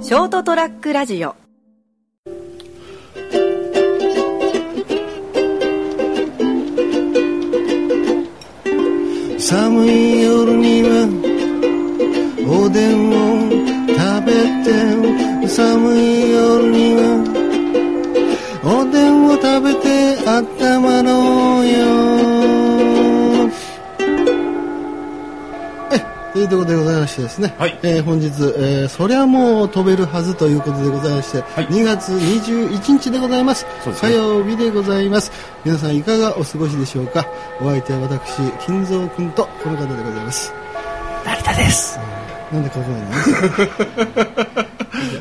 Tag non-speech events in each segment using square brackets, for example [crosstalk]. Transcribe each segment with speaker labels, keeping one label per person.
Speaker 1: ショートトラックラジオ
Speaker 2: 寒い夜にはおでんを食べて寒い夜にはおでんを食べて温まろうよえということでございましてですね、
Speaker 3: はい
Speaker 2: えー本日、えーそりゃもう飛べるはずということでございまして、
Speaker 3: い
Speaker 2: 2月21日でございます
Speaker 3: そうです
Speaker 2: 火
Speaker 3: ね
Speaker 2: 曜日でございます皆さんいかがお過ごしでしょうかお相手は私金蔵君とこの方でございます
Speaker 3: 成田です。
Speaker 2: なんでかわかんな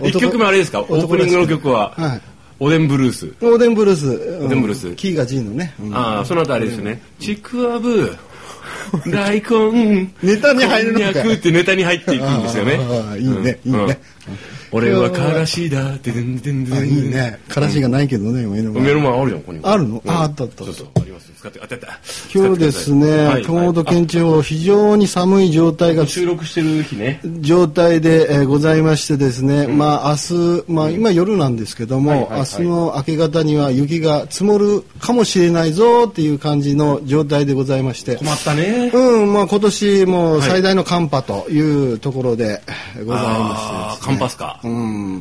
Speaker 2: い
Speaker 3: [laughs] 一曲目あれですかオープニングの曲は
Speaker 2: はい。
Speaker 3: おでんブルース。
Speaker 2: オーデンブルース。オ
Speaker 3: ーデンブルース
Speaker 2: キーが G のね。うん
Speaker 3: ああ、その後あれですよね。ちくわぶ、
Speaker 2: [laughs]
Speaker 3: 大根、
Speaker 2: ネタに入るの
Speaker 3: こんに
Speaker 2: か
Speaker 3: ゃくってネタに入っていくんですよね
Speaker 2: ああ。いいね
Speaker 3: う
Speaker 2: い
Speaker 3: ん
Speaker 2: いね
Speaker 3: うん俺はからしだ、ででんでんで
Speaker 2: あ
Speaker 3: ん。
Speaker 2: いいね。からしがないけどね、目の前
Speaker 3: 目の前あるじゃん、ここにも。
Speaker 2: あるの
Speaker 3: うん
Speaker 2: ああったあった
Speaker 3: そうそう、あります。使って、あったあった。
Speaker 2: 今日ですね、熊本県地方、非常に寒い状態が
Speaker 3: が収録してる日ね。
Speaker 2: 状態で、えーございましてですね、まあ明日、まあ今夜なんですけども、
Speaker 3: はいはいはい
Speaker 2: 明日の明け方には雪が積もるかもしれないぞっていう感じの状態でございまして。
Speaker 3: 困ったね。
Speaker 2: うん、まあ今年もう最大の寒波というところでございまし
Speaker 3: ああ、
Speaker 2: て、
Speaker 3: カンパスか。
Speaker 2: うん。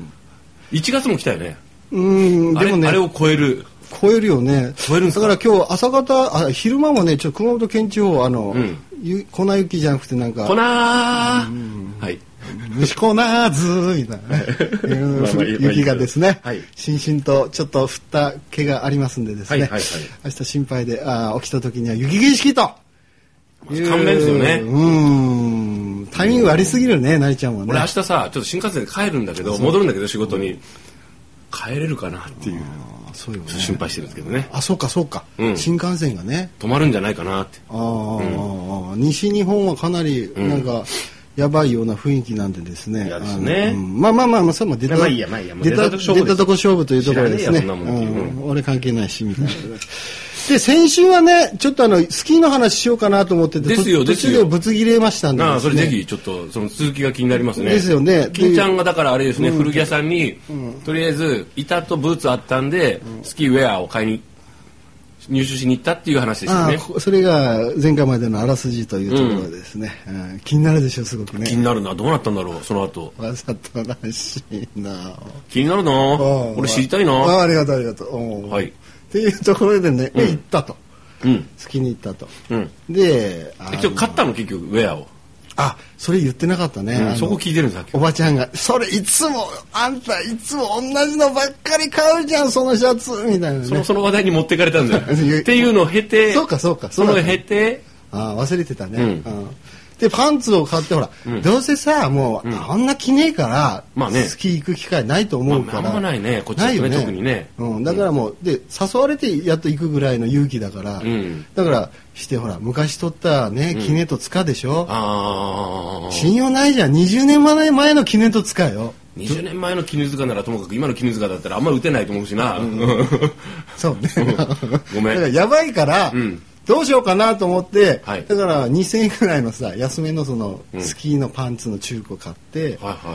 Speaker 3: 1月も来たよね。
Speaker 2: うん、
Speaker 3: あ
Speaker 2: で
Speaker 3: れ
Speaker 2: も
Speaker 3: あれ
Speaker 2: ね、
Speaker 3: を超える。
Speaker 2: 超えるよね。
Speaker 3: 超えるんですか
Speaker 2: だから今日朝方、あ昼間もね、ちょっと熊本県地方、あの、
Speaker 3: うん
Speaker 2: ゆ粉雪じゃなくてなん
Speaker 3: こ
Speaker 2: か、
Speaker 3: なー。はい。
Speaker 2: 虫粉なーずーみたいなね、えー
Speaker 3: [laughs] まあまあいい
Speaker 2: 雪がですね、
Speaker 3: はい
Speaker 2: しんしんとちょっと降った毛がありますんでですね、
Speaker 3: はいはいはい
Speaker 2: 明日心配で、あー起きた時には雪景色と。いう
Speaker 3: 勘弁ですよね
Speaker 2: うん。タイミング悪すぎるね、なりちゃんはね。
Speaker 3: 俺明日さちょっと新幹線で帰るんだけど戻るんだけど仕事に帰れるかなっていう
Speaker 2: あそうよね
Speaker 3: 心配してるんですけどね
Speaker 2: あそうかそうか、
Speaker 3: うん
Speaker 2: 新幹線がね
Speaker 3: 止まるんじゃないかなって
Speaker 2: あー、あー西日本はかなりなんか、やばいような雰囲気なんでですね。
Speaker 3: 嫌ですね
Speaker 2: あのうんまあまあまあまあ、それも出た、
Speaker 3: まあいいやまあいいやもう
Speaker 2: 出た
Speaker 3: 出たとこ勝負で
Speaker 2: 出
Speaker 3: す
Speaker 2: たとこ勝負というところですね。
Speaker 3: 知らねえよそんなもん
Speaker 2: うん俺関係ないし、みたいな。で、先週はね、ちょっとあの、スキーの話しようかなと思ってて、
Speaker 3: ですよ
Speaker 2: と
Speaker 3: ですよ
Speaker 2: 途中でぶつ切れましたんで
Speaker 3: なあ
Speaker 2: で
Speaker 3: そ
Speaker 2: すね、
Speaker 3: れぜひちょっとその続きが気になりますね
Speaker 2: ですよね
Speaker 3: 金ちゃんがだからあれですね古着屋さんにとりあえず板とブーツあったんでスキーウェアを買いに入手しに行ったっていう話でしたよ
Speaker 2: あ
Speaker 3: ね
Speaker 2: ーこそれが前回までのあらすじというところですね、うん気になるでしょう、すごくね。
Speaker 3: 気になるなどうなったんだろうその後
Speaker 2: わざとらしいな。
Speaker 3: 気になるな俺知りたい
Speaker 2: あ
Speaker 3: な
Speaker 2: ありがとうありがとう。おー
Speaker 3: はい
Speaker 2: っていうところでね、行ったと。
Speaker 3: うん
Speaker 2: 好きに行ったと。
Speaker 3: うん
Speaker 2: で、あの
Speaker 3: 一応買ったの結局ウェアを
Speaker 2: あ、それ言ってなかったね。
Speaker 3: うん
Speaker 2: あの
Speaker 3: そこ聞いてるんですさっき
Speaker 2: おばちゃんが、それいつも、あんたいつも同じのばっかり買うじゃん、そのシャツみたいな
Speaker 3: その
Speaker 2: ね。。
Speaker 3: その話題に持ってかれたんだよ
Speaker 2: [laughs]
Speaker 3: っていうのを経て、
Speaker 2: そうかそうかそ
Speaker 3: そう
Speaker 2: だ
Speaker 3: の
Speaker 2: ね
Speaker 3: 経て、
Speaker 2: あー忘れてたね、
Speaker 3: うん
Speaker 2: あーで、パンツを買って、ほら、どうせさ、もう、あんな着ねえから、
Speaker 3: まあね
Speaker 2: スキー行く機会ないと思うから。
Speaker 3: まああんまないねこっちだとね
Speaker 2: ないよ
Speaker 3: 特にね
Speaker 2: うん、だからもう、で、誘われてやっと行くぐらいの勇気だから、
Speaker 3: ん
Speaker 2: だから、してほら、昔取ったね、キネと塚でしょ、
Speaker 3: ああ、
Speaker 2: 信用ないじゃん、20年前前のキネと塚よ。
Speaker 3: 20年前の絹塚ならともかく、今の絹塚だったらあんまり打てないと思うしな。 [laughs]
Speaker 2: そうね。
Speaker 3: ごめ
Speaker 2: [laughs]
Speaker 3: ん
Speaker 2: だからやばいから、
Speaker 3: うん
Speaker 2: どうしようかなと思って、
Speaker 3: はい
Speaker 2: だから2000円ぐらいのさ、安めのその、スキーのパンツの中古買って、
Speaker 3: はいはいは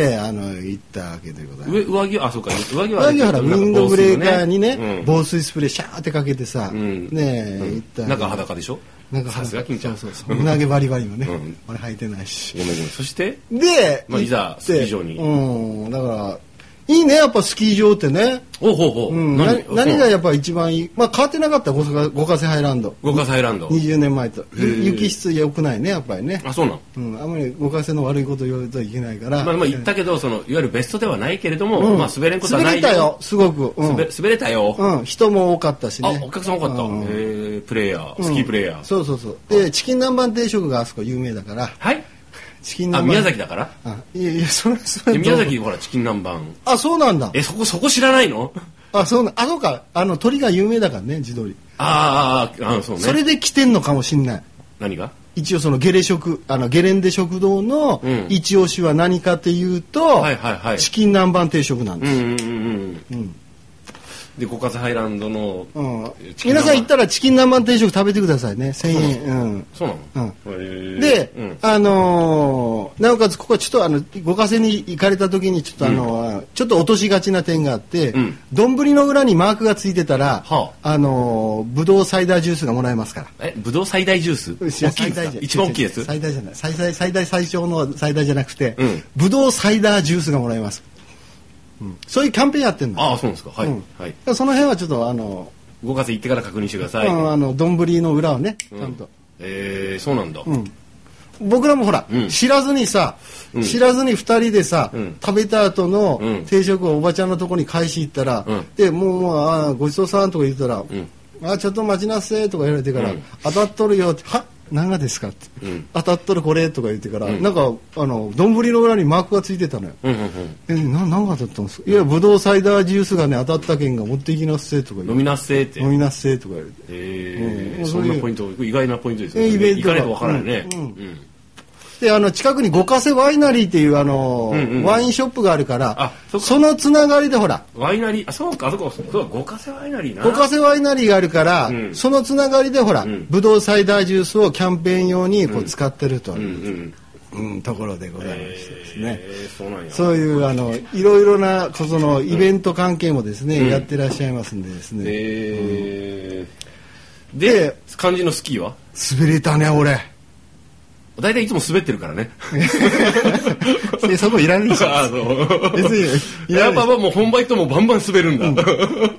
Speaker 3: いはい。
Speaker 2: で、あの、行ったわけでございます。
Speaker 3: 上上着は、あ、そうか、上着はあ
Speaker 2: 上
Speaker 3: れ
Speaker 2: 着はほらウィンドブレーカーにね、
Speaker 3: うん
Speaker 2: 防水スプレーシャーってかけてさ、
Speaker 3: ん
Speaker 2: ねえ、いった
Speaker 3: 中裸でしょ
Speaker 2: なんか
Speaker 3: さすが金ちゃん。
Speaker 2: そうそうそう胸毛バリバリのね、
Speaker 3: うん
Speaker 2: 俺履いてない
Speaker 3: ご
Speaker 2: し
Speaker 3: めんごめん。そして、
Speaker 2: で、
Speaker 3: まあいざスキー場に
Speaker 2: うんだからいいねやっぱスキー場ってね、
Speaker 3: おうほうほう。
Speaker 2: うん、な何が
Speaker 3: や
Speaker 2: やっぱ一番いいまあ変わってなかった五ヶ五ヶ瀬ハイランド
Speaker 3: 五ヶ瀬ハイランド。
Speaker 2: 20年前とゆ
Speaker 3: へえ
Speaker 2: 雪質良くないねやっぱりね
Speaker 3: あ、そうなの。
Speaker 2: うん、あんまり五ヶ瀬の悪いこと言われてはいけないから、
Speaker 3: まあまあ言ったけど、その、いわゆるベストではないけれども、まあ滑れんことはない。
Speaker 2: 滑れたよ。すごく、うん
Speaker 3: 滑滑れたよ。
Speaker 2: うん、人も多かったし
Speaker 3: あ、
Speaker 2: ね
Speaker 3: お客さん多かった。
Speaker 2: うん
Speaker 3: えープレイヤー、スキープレイヤー。
Speaker 2: そうそうそうでチキン南蛮定食があそこ有名だから
Speaker 3: はい
Speaker 2: チキン
Speaker 3: あ、
Speaker 2: 南蛮
Speaker 3: 宮崎だから
Speaker 2: あいやいやそれそ
Speaker 3: で
Speaker 2: れ
Speaker 3: 宮崎、ほら、チキン南蛮。
Speaker 2: あそうなんだ
Speaker 3: え、そこ、そこ知らないの
Speaker 2: あそうなんあそうかあの鳥が有名だからね地鶏、
Speaker 3: あーあー、あーそうね。
Speaker 2: それで来てんのかもしんない
Speaker 3: 何が
Speaker 2: 一応そのゲレ食あのゲレンデ食堂の
Speaker 3: うん
Speaker 2: 一押しは何かっていうと、
Speaker 3: はいはいはい
Speaker 2: チキン南蛮定食なん
Speaker 3: う
Speaker 2: です、
Speaker 3: んうんうんうん。で五花ハイランドの、
Speaker 2: うん
Speaker 3: チキン南蛮
Speaker 2: 皆さん行ったらチキン南蛮定食食べてくださいね1000円うん
Speaker 3: そうなの、へー
Speaker 2: で、
Speaker 3: うん、
Speaker 2: あのーなおかつここはちょっとあの五ヶ瀬に行かれた時にちょっとあのー、ちょっと落としがちな点があって
Speaker 3: うん
Speaker 2: 丼、の裏にマークがついてたら、
Speaker 3: は
Speaker 2: あのーブドウサイダージュースがもらえますから。
Speaker 3: えぶどう最大ジュース大
Speaker 2: いや
Speaker 3: きいんですか一番大きいやつ
Speaker 2: 最大じゃない最大最大最小の最大じゃなくて、
Speaker 3: うん
Speaker 2: ブドウサイダージュースがもらえます、うんそういうキャンペーンやってんの
Speaker 3: ああそうなんですかはい、
Speaker 2: うん
Speaker 3: はい
Speaker 2: その辺はちょっとあの
Speaker 3: 動かせ行ってから確認してください、
Speaker 2: うんあの丼の裏をねち
Speaker 3: うん
Speaker 2: ゃんと、
Speaker 3: えーそうなんだ、
Speaker 2: ん僕らもほら、
Speaker 3: うん
Speaker 2: 知らずにさ、
Speaker 3: ん
Speaker 2: 知らずに2人でさ、
Speaker 3: うん
Speaker 2: 食べた後の
Speaker 3: うん
Speaker 2: 定食をおばちゃんのとこに返し行ったら、
Speaker 3: うん
Speaker 2: でもうもうあーごちそうさんとか言ったら、
Speaker 3: ん
Speaker 2: あーちょっと待ちなせえとか言われてから、
Speaker 3: うん
Speaker 2: 当たっとるよっては何がですかって、
Speaker 3: うん
Speaker 2: 当たっとるこれとか言ってから、
Speaker 3: うん
Speaker 2: なんかあの丼の裏にマークがついてたのよ。
Speaker 3: うんうんうん
Speaker 2: えな何が当たったんですかいやブドウサイダージュースがね当たった券が持っていきなっせえとか言
Speaker 3: 飲
Speaker 2: う
Speaker 3: みなせーって、
Speaker 2: 飲みなっせえとか言われて
Speaker 3: えー
Speaker 2: うん
Speaker 3: そんなポイント意外なポイントですね
Speaker 2: えーイベントが
Speaker 3: 行かないとわからないね、
Speaker 2: うんうん
Speaker 3: うん
Speaker 2: であの近くに五ヶ瀬ワイナリーっていうあの、
Speaker 3: うんうん
Speaker 2: ワインショップがあるから
Speaker 3: あそっか
Speaker 2: のつながりでほら
Speaker 3: ワイナリーあそうかあそこそう五ヶ瀬ワイナリーな
Speaker 2: 五ヶ瀬ワイナリーがあるから、
Speaker 3: うん
Speaker 2: そのつながりでほら、
Speaker 3: うん
Speaker 2: ブドウサイダージュースをキャンペーン用にこう使ってると
Speaker 3: うんう
Speaker 2: いう、
Speaker 3: ん
Speaker 2: うんところでございましてですね、
Speaker 3: えーそうなんや
Speaker 2: そういうあのいろいろなそのイベント関係もですね、やってらっしゃいますんでですね、
Speaker 3: えー
Speaker 2: で
Speaker 3: で漢字のスキーは
Speaker 2: 滑れたね俺
Speaker 3: 大体いつも滑ってるからね
Speaker 2: でそこいらないでしょ
Speaker 3: [laughs] あそう
Speaker 2: 別にい
Speaker 3: [laughs]
Speaker 2: らな
Speaker 3: やっ
Speaker 2: いで
Speaker 3: ぱ
Speaker 2: しょ
Speaker 3: もう本場行ってもバンバン滑るんだ、
Speaker 2: も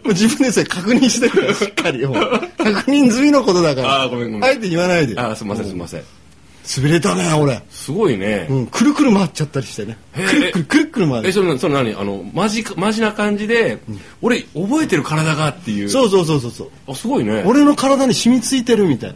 Speaker 2: う [laughs] 自分でそれ確認してるからしっかりもう確認済みのことだから
Speaker 3: あーごめんごめん
Speaker 2: えて言わないで
Speaker 3: あすいませんすいません
Speaker 2: 滑れたね俺、
Speaker 3: すごいね、
Speaker 2: うん、くるくる回っちゃったりしてねく
Speaker 3: へー
Speaker 2: るくるくるくる回
Speaker 3: え
Speaker 2: る
Speaker 3: それそれ何あのマジかマジな感じで、俺覚えてる体がっていう
Speaker 2: そうそうそうそうそう
Speaker 3: あすごいね
Speaker 2: 俺の体に染みついてるみたいな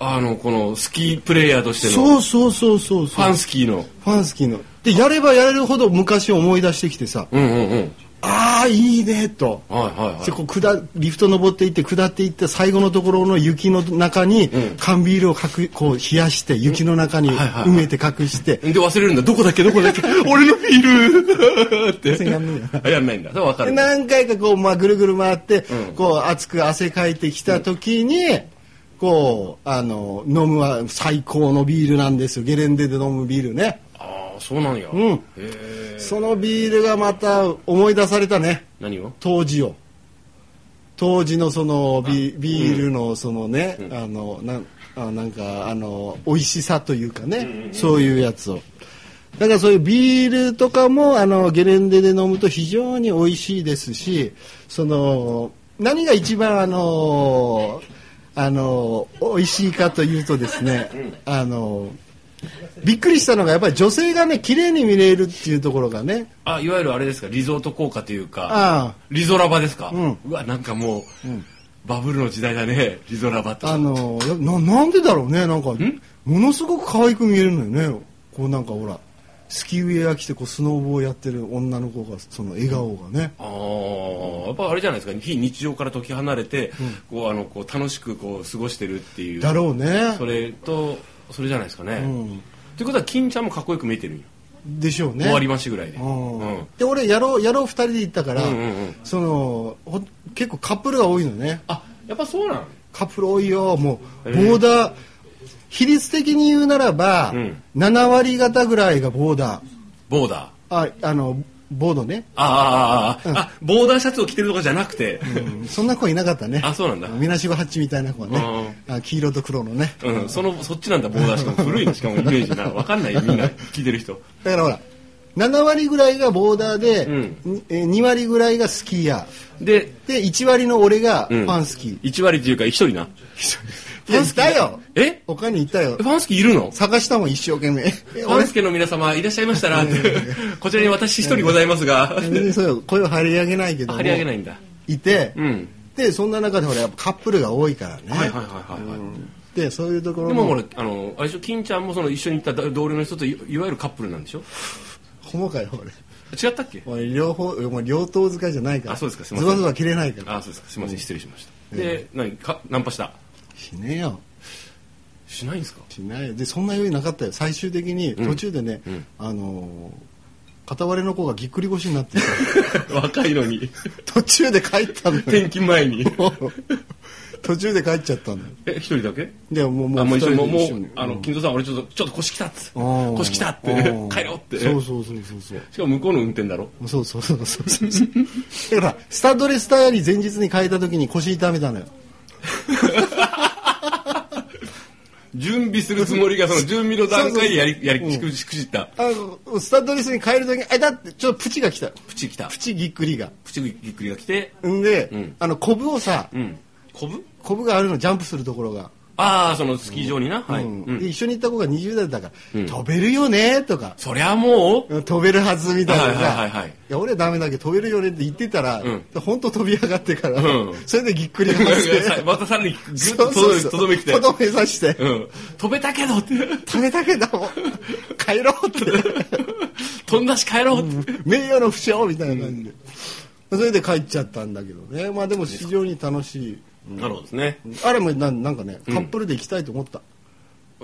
Speaker 3: あのこのスキープレイヤーとして
Speaker 2: そ
Speaker 3: の
Speaker 2: うそうそうそうそう
Speaker 3: ファンスキーの
Speaker 2: ファンスキーのでやればやれるほど昔を思い出してきてさ
Speaker 3: うんうんうん
Speaker 2: ああいいねと
Speaker 3: はいはいはい
Speaker 2: でこう下リフト登っていって下っていって最後のところの雪の中に
Speaker 3: うん
Speaker 2: 缶ビールをかくこう冷やして雪の中に
Speaker 3: はいはいはい
Speaker 2: 埋めて隠
Speaker 3: [laughs]
Speaker 2: して
Speaker 3: で忘れるんだどこだっけど
Speaker 2: [laughs]
Speaker 3: こだっけ俺のビール [laughs] って
Speaker 2: それやんねえ
Speaker 3: あやんないんだ分か
Speaker 2: で
Speaker 3: る
Speaker 2: 何回かこう、まあ、ぐるぐる回って、
Speaker 3: うん
Speaker 2: こう熱く汗かいてきた時に、こうあの飲むは最高のビールなんですよゲレンデで飲むビールね、
Speaker 3: ああそうなんや、
Speaker 2: うん
Speaker 3: へえ
Speaker 2: そのビールがまた思い出されたね
Speaker 3: 何を
Speaker 2: 当時を当時のそのビビールのそのね、あのなんあなんかあの美味しさというかね、そういうやつをだからそういうビールとかもあのゲレンデで飲むと非常に美味しいですしその何が一番あのあの美味しいかというとですね、あのびっくりしたのがやっぱり女性がね綺麗に見れるっていうところがね
Speaker 3: あいわゆるあれですかリゾート効果というか
Speaker 2: ああ
Speaker 3: リゾラバですか、うんわなんかもう、バブルの時代だねリゾラバとか
Speaker 2: あのやななんでだろうねなんかものすごく可愛く見えるのよねこうなんかほらスキーウェア着てこうスノーボーをやってる女の子がその笑顔がね、
Speaker 3: あーやっぱあれじゃないですか非日常から解き離れて、こうあのこう楽しくこう過ごしてるっていう
Speaker 2: だろうね
Speaker 3: それとそれじゃないですかね、
Speaker 2: ん
Speaker 3: ということは金ちゃんもかっこよく見えてるんよ、
Speaker 2: でしょうね
Speaker 3: 終わりましぐらいで、
Speaker 2: うん
Speaker 3: うん
Speaker 2: で俺やろうやろう2人で行ったから、
Speaker 3: うんうんうん
Speaker 2: そのほん結構カップルが多いのね
Speaker 3: あやっぱそうなの
Speaker 2: カップル多いよもう
Speaker 3: え
Speaker 2: ボ
Speaker 3: ー
Speaker 2: ーダー、比率的に言うならば、
Speaker 3: うん
Speaker 2: 7割方ぐらいがボーダー
Speaker 3: ボーダ
Speaker 2: あ
Speaker 3: ー
Speaker 2: あのボードね
Speaker 3: あーあーあーあー、あボーダーシャツを着てるとかじゃなくて、
Speaker 2: うんそんな子いなかったね。
Speaker 3: あそうなんだ
Speaker 2: みなしごハッチみたいな子はね。あ黄色と黒のね。
Speaker 3: うんそのそっちなんだボーダーしかも古いのしかもイメージな分かんないよみんな聞いてる人
Speaker 2: だからほら、7割ぐらいがボーダーで、
Speaker 3: うん
Speaker 2: にえー2割ぐらいがスキーヤ
Speaker 3: で、
Speaker 2: ー。で、1割の俺がフ
Speaker 3: うん
Speaker 2: ァンスキー。
Speaker 3: 1割っていうか一人な
Speaker 2: ファンスキーだよ
Speaker 3: え
Speaker 2: 他にいたよ
Speaker 3: フ。ァンスキーいるの
Speaker 2: 探したもん一生懸命。え
Speaker 3: ファ
Speaker 2: 俺
Speaker 3: ンスケの皆様いらっしゃいましたらってこちらに私一人ございますが
Speaker 2: 全然そうよ声を張り上げないけども
Speaker 3: 張り上げないんだ
Speaker 2: いて、
Speaker 3: うん
Speaker 2: でそんな中でほらやっぱカップルが多いからね、
Speaker 3: はいはいはいはい、はい
Speaker 2: でそういうところ
Speaker 3: でも俺あのあれでしょ金ちゃんもその一緒に行った同僚の人といいわゆるカップルなんでしょ
Speaker 2: ほもかよ俺
Speaker 3: 違ったっけ
Speaker 2: 俺両方もう両頭使いじゃないから
Speaker 3: あそうですかすいま
Speaker 2: ズ
Speaker 3: せん
Speaker 2: バズバ切れないから
Speaker 3: あそうですかすいません失礼しましたで何かナンパした
Speaker 2: しねえよ [laughs]
Speaker 3: しないんですか
Speaker 2: しないよでそんな余裕なかったよ最終的に途中でね、あのー片割れの子がぎっくり腰になってて
Speaker 3: 若いのに
Speaker 2: 途中で帰ったんだよ
Speaker 3: 転勤
Speaker 2: [laughs]
Speaker 3: 前に
Speaker 2: 途中で帰っちゃったんだよ
Speaker 3: え一人だけ
Speaker 2: でもうも
Speaker 3: あ
Speaker 2: う
Speaker 3: もう
Speaker 2: 二
Speaker 3: 一
Speaker 2: 人
Speaker 3: 緒
Speaker 2: で
Speaker 3: にもうも
Speaker 2: 一緒に
Speaker 3: うあの金蔵さん俺ちょっとちょっと腰きたっつっ
Speaker 2: う
Speaker 3: て
Speaker 2: ん
Speaker 3: 腰きたって
Speaker 2: うん
Speaker 3: 帰ろうって
Speaker 2: そうそうそうそうそう
Speaker 3: しかも向こうの運転だろ
Speaker 2: そうそうそうそうそうそうだからスタッドレスタイヤに前日に変えた時に腰痛めたのよ
Speaker 3: 準備するつもりがその準備の段階でやりや
Speaker 2: うん
Speaker 3: りしくしくじった
Speaker 2: あのスタッドレスに変える時にあだってちょっとプチが来た
Speaker 3: プチきた
Speaker 2: プチぎっくりが
Speaker 3: プチぎっくりが来て
Speaker 2: んで、
Speaker 3: ん
Speaker 2: あのコブをさ
Speaker 3: うんこぶ
Speaker 2: コブがあるのジャンプするところが、
Speaker 3: ああそのスキー場になはい
Speaker 2: うん
Speaker 3: うん
Speaker 2: で一緒に行った子が20代だから、飛べるよねとか
Speaker 3: そりゃもう
Speaker 2: 飛べるはずみたいなさ、
Speaker 3: はいはいはいはい
Speaker 2: や俺はダメだけど飛べるよねって言ってたら、
Speaker 3: ん
Speaker 2: 本当飛び上がってから、
Speaker 3: うん
Speaker 2: それでぎっくり
Speaker 3: ごめん
Speaker 2: が
Speaker 3: な
Speaker 2: して
Speaker 3: [laughs] さいまたさらにぐっ
Speaker 2: そ
Speaker 3: と
Speaker 2: う
Speaker 3: と
Speaker 2: そ
Speaker 3: ど
Speaker 2: う
Speaker 3: め
Speaker 2: そう
Speaker 3: とどめきて
Speaker 2: とどめさして、
Speaker 3: うん飛べたけどって
Speaker 2: 食べたけど帰ろうって
Speaker 3: [laughs] 飛んだし帰ろうって
Speaker 2: 名誉の不詳みたいな感じで、それで帰っちゃったんだけどねまあでも非常に楽しい、
Speaker 3: なるほどですね
Speaker 2: あれもなんなんかねカップルで行きたいと思った、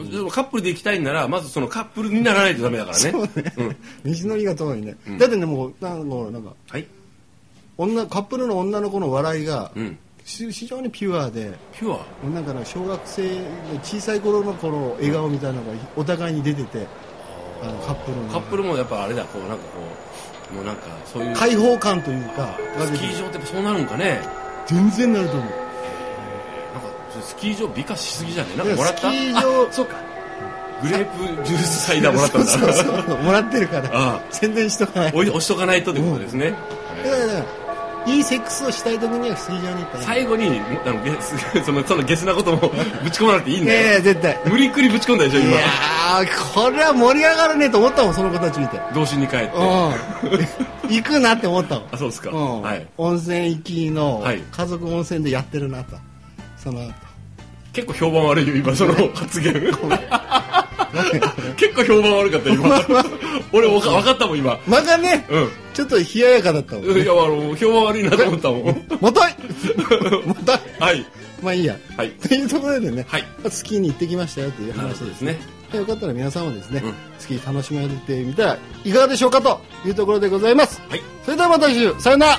Speaker 3: でもカップルで行きたいんならまずそのカップルにならないとダメだからね
Speaker 2: そうね、西のりが遠いね、だってねもうなんかなんか
Speaker 3: はい
Speaker 2: 女カップルの女の子の笑いが、
Speaker 3: うん
Speaker 2: し非常にピュアで
Speaker 3: ピュア
Speaker 2: なんかね小学生小さい頃のこの笑顔みたいなのがお互いに出ててあのカップルの
Speaker 3: カップルもやっぱあれだこうなんかこうもうなんかそういうス
Speaker 2: 開放感というかが出て
Speaker 3: キー場ってやっぱそうなるんかね
Speaker 2: 全然なると思う
Speaker 3: なんかスキー場美化しすぎじゃないなん
Speaker 2: いや
Speaker 3: かもらった
Speaker 2: スキー場
Speaker 3: [laughs] あそうかグレープジュースサイダーもらったんだ
Speaker 2: [laughs] そうそうそうもらってるか
Speaker 3: あ
Speaker 2: ら
Speaker 3: あ
Speaker 2: 宣伝しとかない
Speaker 3: おい押しとかないとってことですね、
Speaker 2: だからねいいセックスをしたい時にはスキー場に行ったら
Speaker 3: 最後にあのゲス [laughs] そのそのゲスなこともぶち込まなくていいん
Speaker 2: い
Speaker 3: だよ
Speaker 2: やいや絶対
Speaker 3: 無理くりぶち込んだでしょ
Speaker 2: い
Speaker 3: 今
Speaker 2: やーこれは盛り上がるねと思ったもんその子たち見て
Speaker 3: 童心に帰って
Speaker 2: うん行くなって思ったもん
Speaker 3: あそうですか、
Speaker 2: うん
Speaker 3: はい、
Speaker 2: 温泉行きの
Speaker 3: はい
Speaker 2: 家族温泉でやってるなとその後
Speaker 3: 結構評判悪いよ今その発言結構評判悪かった今俺わか分かったもん今
Speaker 2: 間がね
Speaker 3: うん
Speaker 2: ちょっと冷ややかだったもん
Speaker 3: いや、あの、評判悪いなと思ったもん。
Speaker 2: もといもとい
Speaker 3: はい。
Speaker 2: まあいいや
Speaker 3: はい。
Speaker 2: というところでね
Speaker 3: はい。
Speaker 2: スキーに行ってきましたよという
Speaker 3: なる
Speaker 2: 話
Speaker 3: ほど
Speaker 2: で
Speaker 3: ですすね。
Speaker 2: よかったら皆さんもですね、
Speaker 3: うん
Speaker 2: スキー楽しまれてみたらいかがでしょうかというところでございます
Speaker 3: はい。
Speaker 2: それではまた来週さよなら